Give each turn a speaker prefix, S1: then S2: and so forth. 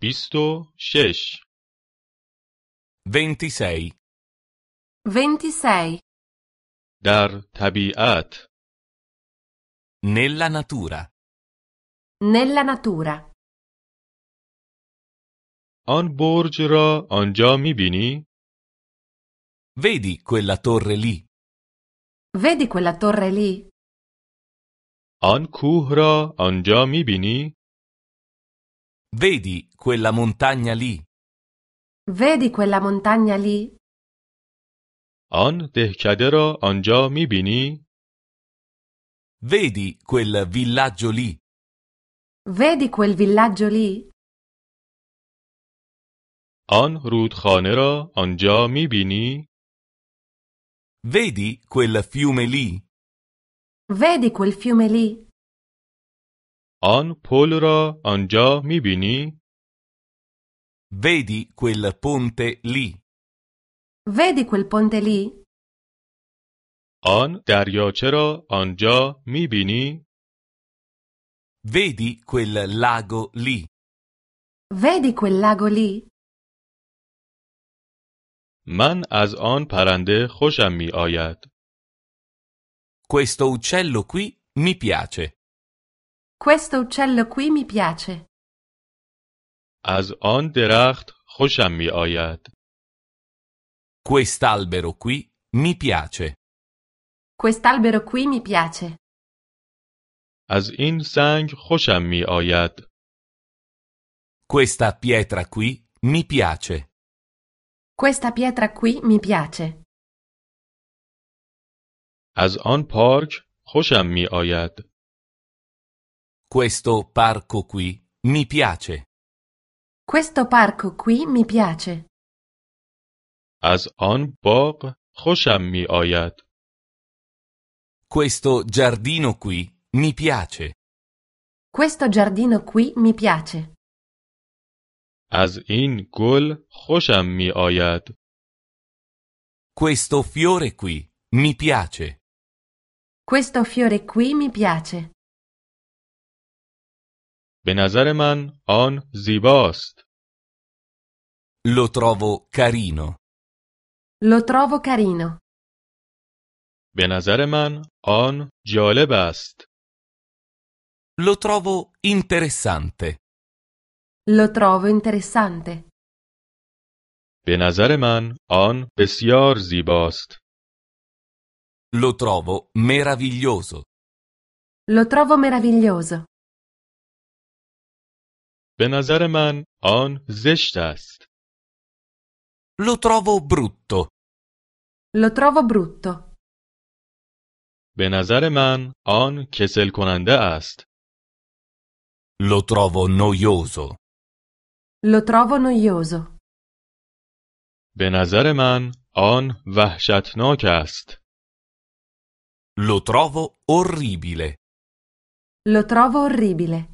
S1: بیست و شش
S2: 26.
S3: 26.
S1: در طبیعت
S2: Nella natura.
S3: Nella natura.
S1: آن برج را آنجا میبینی؟
S2: Vedi quella torre lì?
S3: Vedi quella torre lì?
S1: آن کوه را آنجا میبینی؟
S2: Vedi quella montagna lì?
S3: Vedi quella montagna lì?
S1: آن دهکده را آنجا میبینی؟
S2: Vedi quel villaggio lì?
S3: Vedi quel villaggio lì?
S1: آن رودخانه را آنجا میبینی؟
S2: Vedi quel fiume lì?
S3: Vedi quel fiume lì?
S1: آن پل را آنجا میبینی؟
S2: Vedi quel ponte lì?
S3: Vedi quel ponte lì?
S1: آن دریاچه را آنجا میبینی؟
S2: Vedi quel lago lì?
S3: Vedi quel lago lì?
S1: من از آن پرنده خوشم میآید.
S2: Questo uccello qui mi piace.
S3: Questo uccello qui mi piace.
S1: از آن درخت خوشم میآید.
S2: Quest'albero qui mi piace.
S3: Quest'albero qui mi piace.
S1: از این سنگ خوشم میآید.
S2: Questa pietra qui mi piace.
S3: Questa pietra qui mi piace.
S1: از آن پارک خوشم می آید.
S2: Questo parco qui mi piace.
S3: Questo parco qui mi piace.
S1: از آن باغ خوشم می آید.
S2: Questo giardino qui mi piace.
S3: Questo giardino qui mi piace.
S1: از این گل خوشم می آید.
S2: Questo fiore qui mi piace.
S3: Questo fiore qui mi piace.
S1: به نظر من آن زیباست.
S2: Lo trovo carino.
S3: Lo trovo carino.
S1: به نظر من آن جالب است.
S2: Lo trovo interessante.
S3: Lo trovo interessante.
S1: به نظر من آن بسیار زیباست.
S2: Lo trovo meraviglioso.
S3: Lo trovo meraviglioso.
S1: به نظر من آن زشت است.
S2: Lo trovo brutto.
S3: Lo trovo brutto.
S1: به نظر من آن کسل کننده است.
S2: Lo trovo noioso.
S3: Lo trovo noioso.
S1: به نظر من آن وحشتناک است.
S2: Lo trovo orribile.
S3: Lo trovo orribile.